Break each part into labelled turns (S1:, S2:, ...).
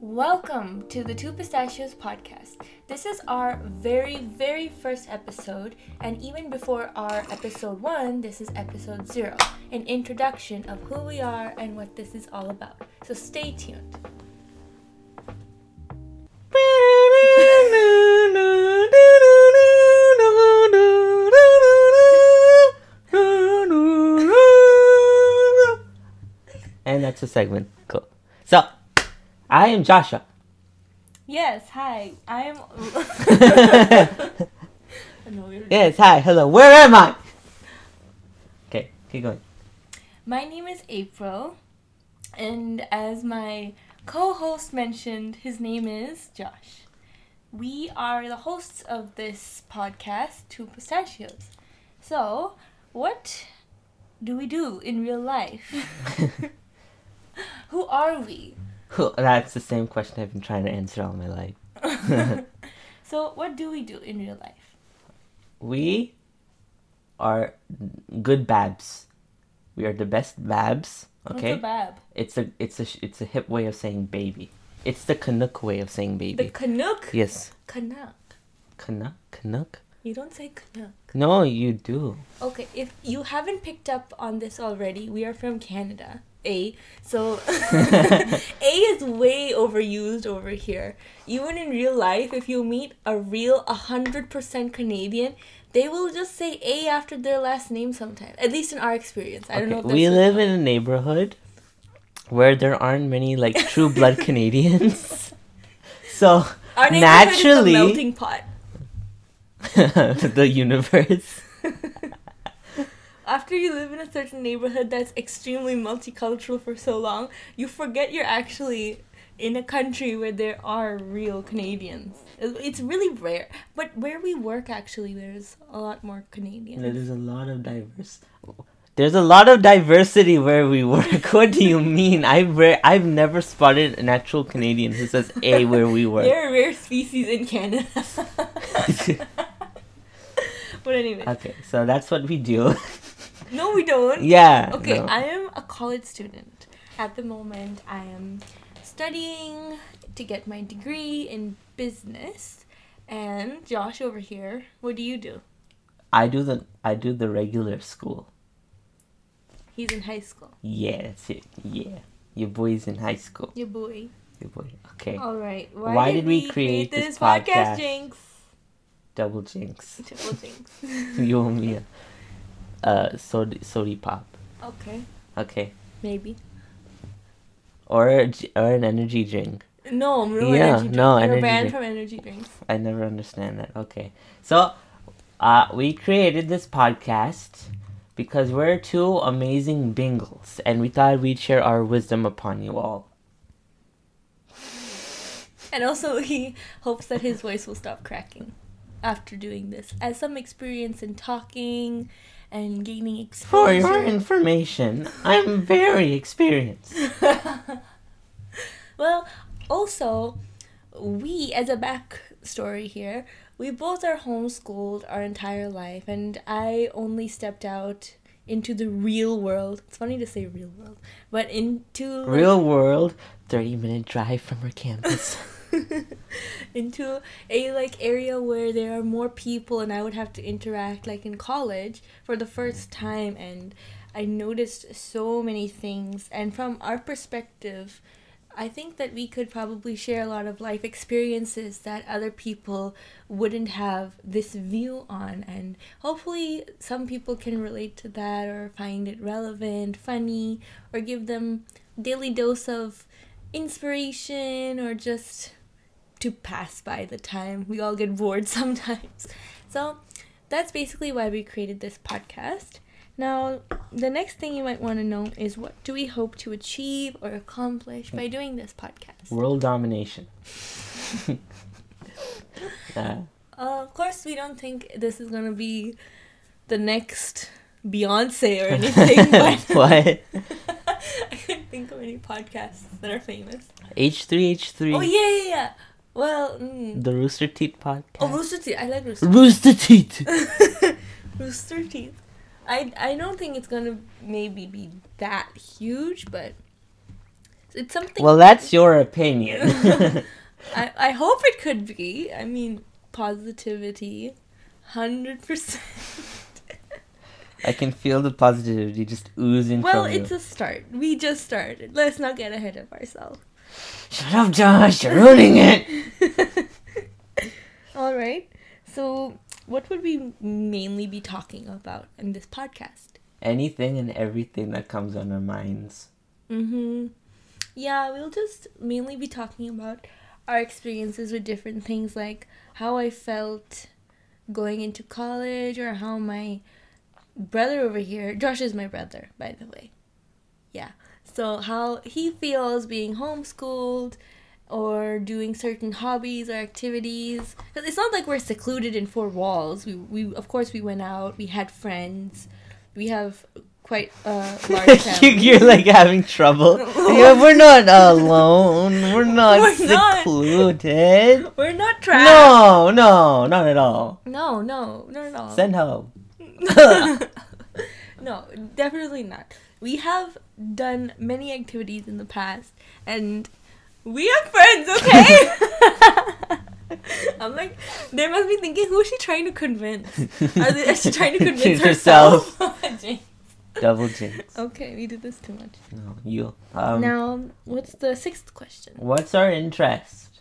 S1: Welcome to the Two Pistachios podcast. This is our very, very first episode, and even before our episode one, this is episode zero an introduction of who we are and what this is all about. So stay tuned.
S2: And that's a segment. Cool. So, I am Joshua.
S1: Yes, hi. I'm. no, you're-
S2: Yes, hi, hello, where am I? Okay, keep going.
S1: My name is April, and as my co host mentioned, his name is Josh. We are the hosts of this podcast, Two Pistachios. So, what do we do in real life? Who are we?
S2: Whew, That's the same question I've been trying to answer all my life.
S1: so, what do we do in real life?
S2: We are good babs. We are the best babs. Okay.
S1: What's a bab?
S2: It's a it's a sh- it's a hip way of saying baby. It's the Canuck way of saying
S1: The
S2: baby.
S1: Canuck?
S2: yes,
S1: Canuck.
S2: Canuck, Canuck.
S1: You don't say Canuck.
S2: No, you do.
S1: Okay, if you haven't picked up on this already, we are from Canada. A. So A is way overused over here. Even in real life, if you meet a real 100% Canadian, they will just say A after their last name sometimes. At least in our experience. I don't know if
S2: Okay,
S1: that's
S2: we live in a neighborhood where there aren't many like true blood Canadians. So
S1: our neighborhood
S2: naturally-
S1: is a melting pot.
S2: the universe.
S1: After you live in a certain neighborhood that's extremely multicultural for so long, you forget you're actually in a country where there are real Canadians. It- It's really rare. But where we work, actually, there's a lot more Canadians.
S2: There's a lot of diverse. There's a lot of diversity where we work. What do you mean? I've re- I've never spotted an actual Canadian who says a where we work.
S1: They're a rare species in Canada. but anyway,
S2: Okay, so that's what we do.
S1: no, we don't.
S2: yeah.
S1: Okay,
S2: no.
S1: I am a college student. At the moment, I am studying to get my degree in business. And Josh over here, what do you do?
S2: I do the I do the regular school.
S1: He's in high school.
S2: Yeah, that's it. Yeah, your boy's in high school.
S1: Your boy.
S2: Your boy. Okay,
S1: All right. Why,
S2: Why
S1: did, we create, this, podcast, Jinx?
S2: double jinx.
S1: Triple Jinx.
S2: you owe me a uh, sod sody pop.
S1: okay,
S2: Okay,
S1: maybe.
S2: or a j- or an energy drink.
S1: No, no
S2: Yeah,
S1: energy drink.
S2: no
S1: You're
S2: energy
S1: banned
S2: drink.
S1: from energy drinks.
S2: I never understand that. Okay. So, uh, we created this podcast because we're two amazing bingles and we thought we'd share our wisdom upon you all.
S1: And also, he hopes that his voice will stop cracking after doing this, as some experience in talking and gaining
S2: For your
S1: exposure.
S2: information, I'm very experienced.
S1: well, also, we, as a backstory here, we both are homeschooled our entire life, and I only stepped out into the real world. It's funny to say real world, but into like,
S2: Real world, 30 minute drive from her campus.
S1: into a like area where there are more people and I would have to interact like in college for the first time and I noticed so many things and from our perspective I think that we could probably share a lot of life experiences that other people wouldn't have this view on and hopefully some people can relate to that or find it relevant, funny or give them daily dose of inspiration or just to pass by the time. We all get bored sometimes. So that's basically why we created this podcast. Now, the next thing you might want to know is what do we hope to achieve or accomplish by doing this podcast?
S2: world domination. uh,
S1: Uh, of course, we don't think this is going to be the next Beyonce or anything, but
S2: what?
S1: I couldn't think of any podcasts that are famous.
S2: H3H3.
S1: Oh, yeah, yeah, yeah. Well, mm.
S2: The Rooster Teeth podcast.
S1: oh, Rooster Teeth. I like Rooster
S2: Rooster Teeth!
S1: Rooster Teeth. I I don't think it's gonna maybe be that huge, but it's something.
S2: Well, that's your opinion.
S1: I, I hope it could be. I mean, positivity, hundred percent.
S2: I can feel the positivity just oozing
S1: Well,
S2: from you.
S1: it's a start. We just started. Let's not get ahead of ourselves.
S2: Shut up, Josh! You're ruining it.
S1: All right. So, what would we mainly be talking about in this podcast?
S2: Anything and everything that comes on our minds.
S1: Mm-hmm. Yeah, we'll just mainly be talking about our experiences with different things, like how I felt going into college, or how my brother over here, Josh is my brother, by the way. Yeah. So, how he feels being homeschooled or doing certain hobbies or activities. 'Cause It's not like we're secluded in four walls. We, we of course, we went out, we had friends, we have quite a large family.
S2: You're like having trouble. yeah, we're not alone. We're not
S1: We're not. Ah.
S2: secluded.
S1: We're not trapped.
S2: No, no, not at all.
S1: No, no, not at all.
S2: Send help.
S1: no, definitely not. We have done many activities in the past, and we are friends, okay? I'm like, they must be thinking, who is she trying to convince? Are they, is she trying to convince
S2: She's
S1: herself? Oh. Jinx.
S2: Double jinx.
S1: okay, we did this too much.
S2: No, you. Um,
S1: now, what's the sixth question?
S2: What's our interest?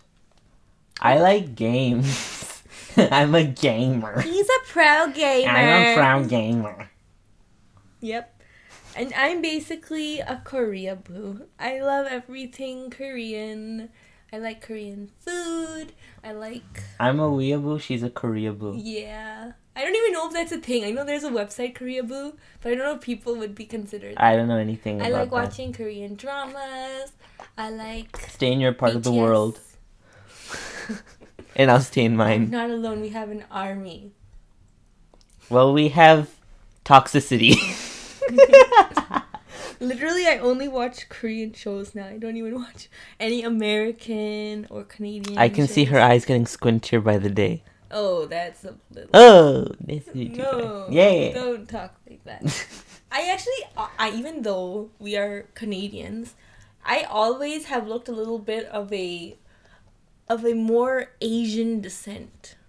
S2: I like games. I'm a gamer.
S1: He's a pro gamer.
S2: I'm a proud gamer.
S1: Yep. And I'm basically a Korea boo. I love everything Korean. I like Korean food. I like
S2: I'm a weeaboo. She's a Koreaboo.
S1: yeah. I don't even know if that's a thing. I know there's a website Korea boo, but I don't know if people would be considered. I,
S2: I don't know anything about
S1: like
S2: that.
S1: watching Korean dramas. I like
S2: Stay in your part of the
S1: BTS.
S2: world, and I'll stay in
S1: I'm
S2: mine.
S1: not alone. We have an army.
S2: Well, we have toxicity.
S1: Literally, I only watch Korean shows now. I don't even watch any American or Canadian.
S2: I can see
S1: shows.
S2: her eyes getting squintier by the day.
S1: Oh, that's a little.
S2: Oh, this
S1: No.
S2: Yeah.
S1: Don't talk like that. I actually, I- I even though we are Canadians, I always have looked a little bit of a, of a more Asian descent.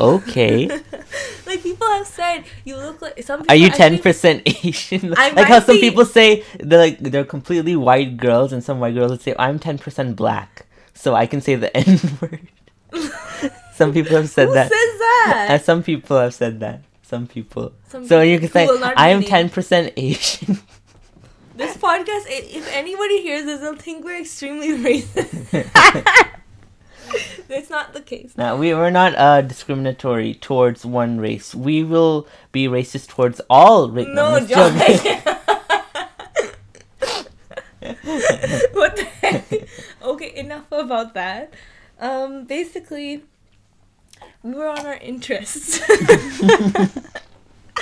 S2: Okay.
S1: like people have said, you look like some. People
S2: Are you ten
S1: actually-
S2: percent Asian?
S1: I
S2: like how
S1: might
S2: some
S1: be.
S2: people say they're like they're completely white girls, and some white girls would say I'm ten percent black, so I can say the N word. some people have said
S1: Who
S2: that.
S1: says that?
S2: Uh, some people have said that. Some people.
S1: Some
S2: so
S1: people
S2: you can say
S1: who will not be
S2: I am
S1: named."
S2: ten percent Asian.
S1: This podcast, i- if anybody hears this, they'll think we're extremely racist. That's not the case.
S2: now we were not uh, discriminatory towards one race. We will be racist towards all races.
S1: No, John. what the heck? Okay, enough about that. Um, basically, we were on our interests.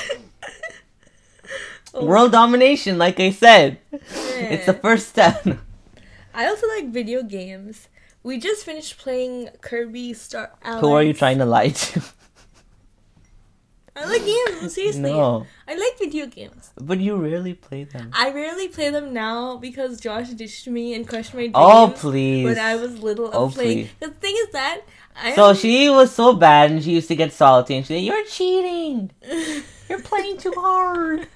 S1: Oh,
S2: World domination, like I said, it's the
S1: man.
S2: first step.
S1: I also like video games. We just finished playing Kirby Star Allies.
S2: Who are you trying to lie to?
S1: I like games, seriously.
S2: No.
S1: I like video games.
S2: But you rarely play them.
S1: I rarely play them now because Josh ditched me and crushed my dreams.
S2: Oh please.
S1: when I was little of
S2: Oh,
S1: playing.
S2: please.
S1: The thing is that I
S2: so
S1: am-
S2: she was so bad and she used to get salty and she said, You're cheating. You're playing too hard.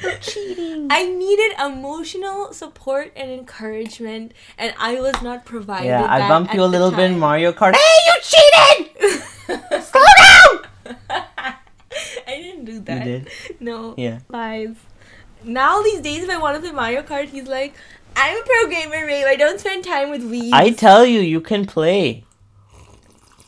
S2: You're cheating.
S1: I needed emotional support and encouragement, and I was not provided.
S2: yeah, I
S1: that
S2: bumped
S1: at
S2: you a
S1: the
S2: little bit in
S1: time.
S2: Mario Kart. Hey, you cheated! Slow down!
S1: I didn't do that.
S2: did.
S1: No.
S2: Yeah.
S1: Lies. Now these days, if I want to play Mario Kart, he's like, "I'm a pro gamer, Ray. I don't spend time with weeds."
S2: I tell you, you can play.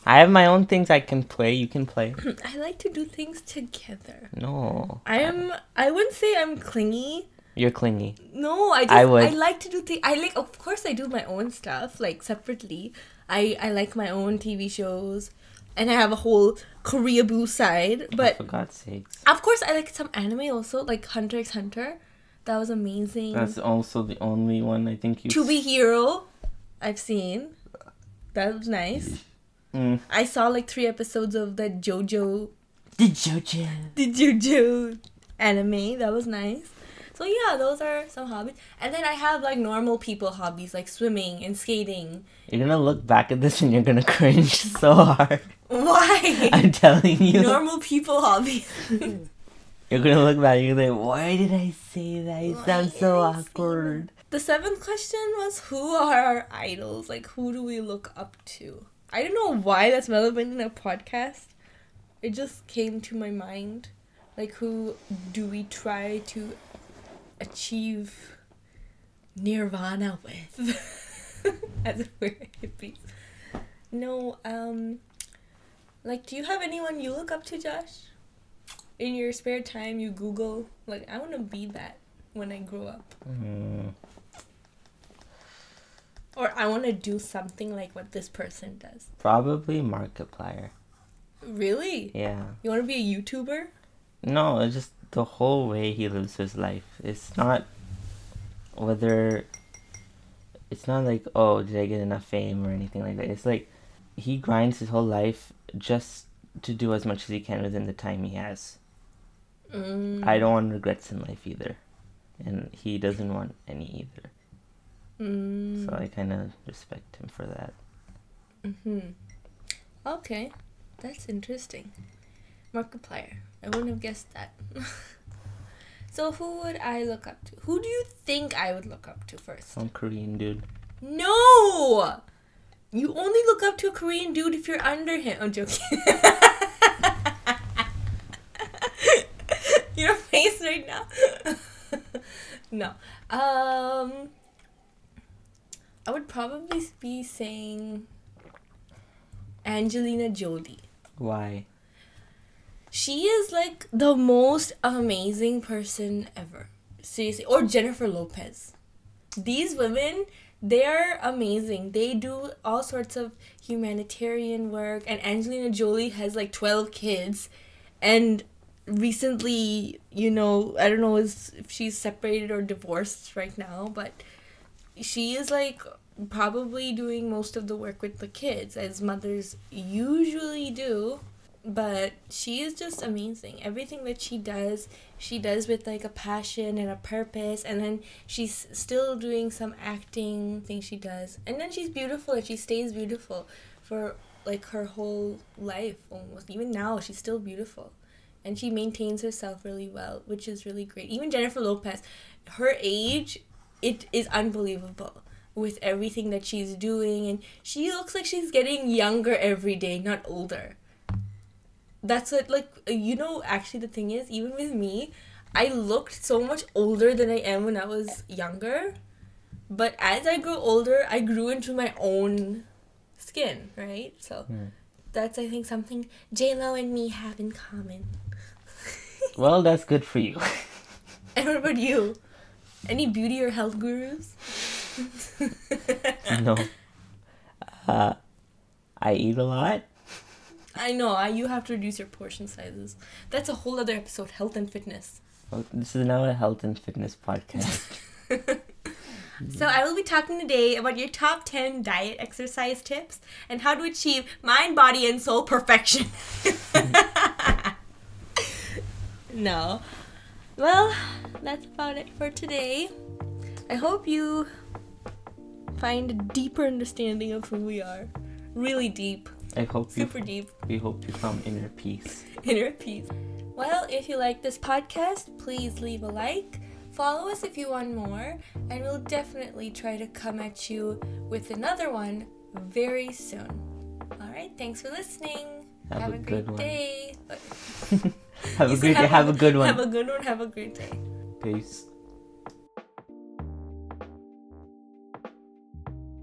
S2: I have my own things I can play. You can play.
S1: I like to do things together.
S2: No.
S1: I am. I wouldn't say I'm clingy.
S2: You're clingy.
S1: No, I just
S2: I
S1: I,
S2: would.
S1: like to do things. I like, of course, I do my own stuff like separately. I I like my own TV shows, and I have a whole Korea boo side. But
S2: For God's sakes.
S1: of course, I like some anime also, like Hunter x Hunter. That was amazing.
S2: That's also the only one I think you.
S1: to be hero, I've seen. That was nice.
S2: Mm.
S1: I saw like three episodes of that JoJo
S2: The JoJo.
S1: the JoJo anime. That was nice. So So yeah, those are some hobbies. And then I have like normal people hobbies like swimming and skating.
S2: You're gonna look back at this and you're gonna cringe so hard.
S1: Why?
S2: I'm telling you.
S1: normal people hobbies.
S2: You're gonna look back and you're gonna be like, why did I say that? It
S1: Why
S2: sounds
S1: did
S2: so
S1: I say
S2: awkward.
S1: the seventh question was who are our idols? Like who do we look up to? I don't know why that's relevant in a podcast. It just came to my mind. Like who do we try to achieve nirvana with? As if we're hippies. No, um like do you have anyone you look up to, Josh? In your spare time you Google like I wanna be that when I grow up.
S2: Mm.
S1: Or I want to do something like what this person does.
S2: Probably Markiplier.
S1: Really?
S2: Yeah.
S1: You want to be a YouTuber?
S2: No, it's just the whole way he lives his life. It's not whether it's not like, oh, did I get enough fame or anything like that. It's like he grinds his whole life just to do as much as he can within the time he has.
S1: Mm.
S2: I don't want regrets in life either. And he doesn't want any either.
S1: Mm.
S2: So I kind of respect him for that.
S1: hmm Okay, that's interesting. Markiplier. I wouldn't have guessed that. so who would I look up to? Who do you think I would look up to first?
S2: Some Korean dude.
S1: No. You only look up to a Korean dude if you're under him. I'm joking. Your face right now. no. Um I would probably be saying Angelina Jolie.
S2: Why?
S1: She is like the most amazing person ever. Seriously. Or Jennifer Lopez. These women, they're amazing. They do all sorts of humanitarian work. And Angelina Jolie has like 12 kids. And recently, you know, I don't know is- if she's separated or divorced right now, but she is like probably doing most of the work with the kids as mothers usually do but she is just amazing everything that she does she does with like a passion and a purpose and then she's still doing some acting thing she does and then she's beautiful and she stays beautiful for like her whole life almost even now she's still beautiful and she maintains herself really well which is really great even jennifer lopez her age it is unbelievable with everything that she's doing and she looks like she's getting younger every day not older that's what like you know actually the thing is even with me i looked so much older than i am when i was younger but as i grew older i grew into my own skin right so
S2: Hmm.
S1: that's i think something j-lo and me have in common
S2: Well, that's good for you.
S1: and what about you any beauty or health gurus
S2: no. Uh, I eat a lot.
S1: i know I, you have to reduce your portion sizes that's a whole other episode health and fitness
S2: Well, this is now a health and fitness podcast.
S1: So I will be talking today about your top 10 diet exercise tips and how to achieve mind, body, and soul perfection. no. Well, that's about it for today. I hope you find a deeper understanding of who we are. Really deep,
S2: I hope you.
S1: super deep,
S2: We hope you found inner peace.
S1: inner peace. Well, if you like this podcast, please leave a like. Follow us if you want more, and we'll definitely try to come at you with another one very soon. All right, thanks for listening.
S2: Have a
S1: great
S2: good one.
S1: day.
S2: have a
S1: You said
S2: great day. Have a good one.
S1: Have a good one. Have a great day.
S2: Peace.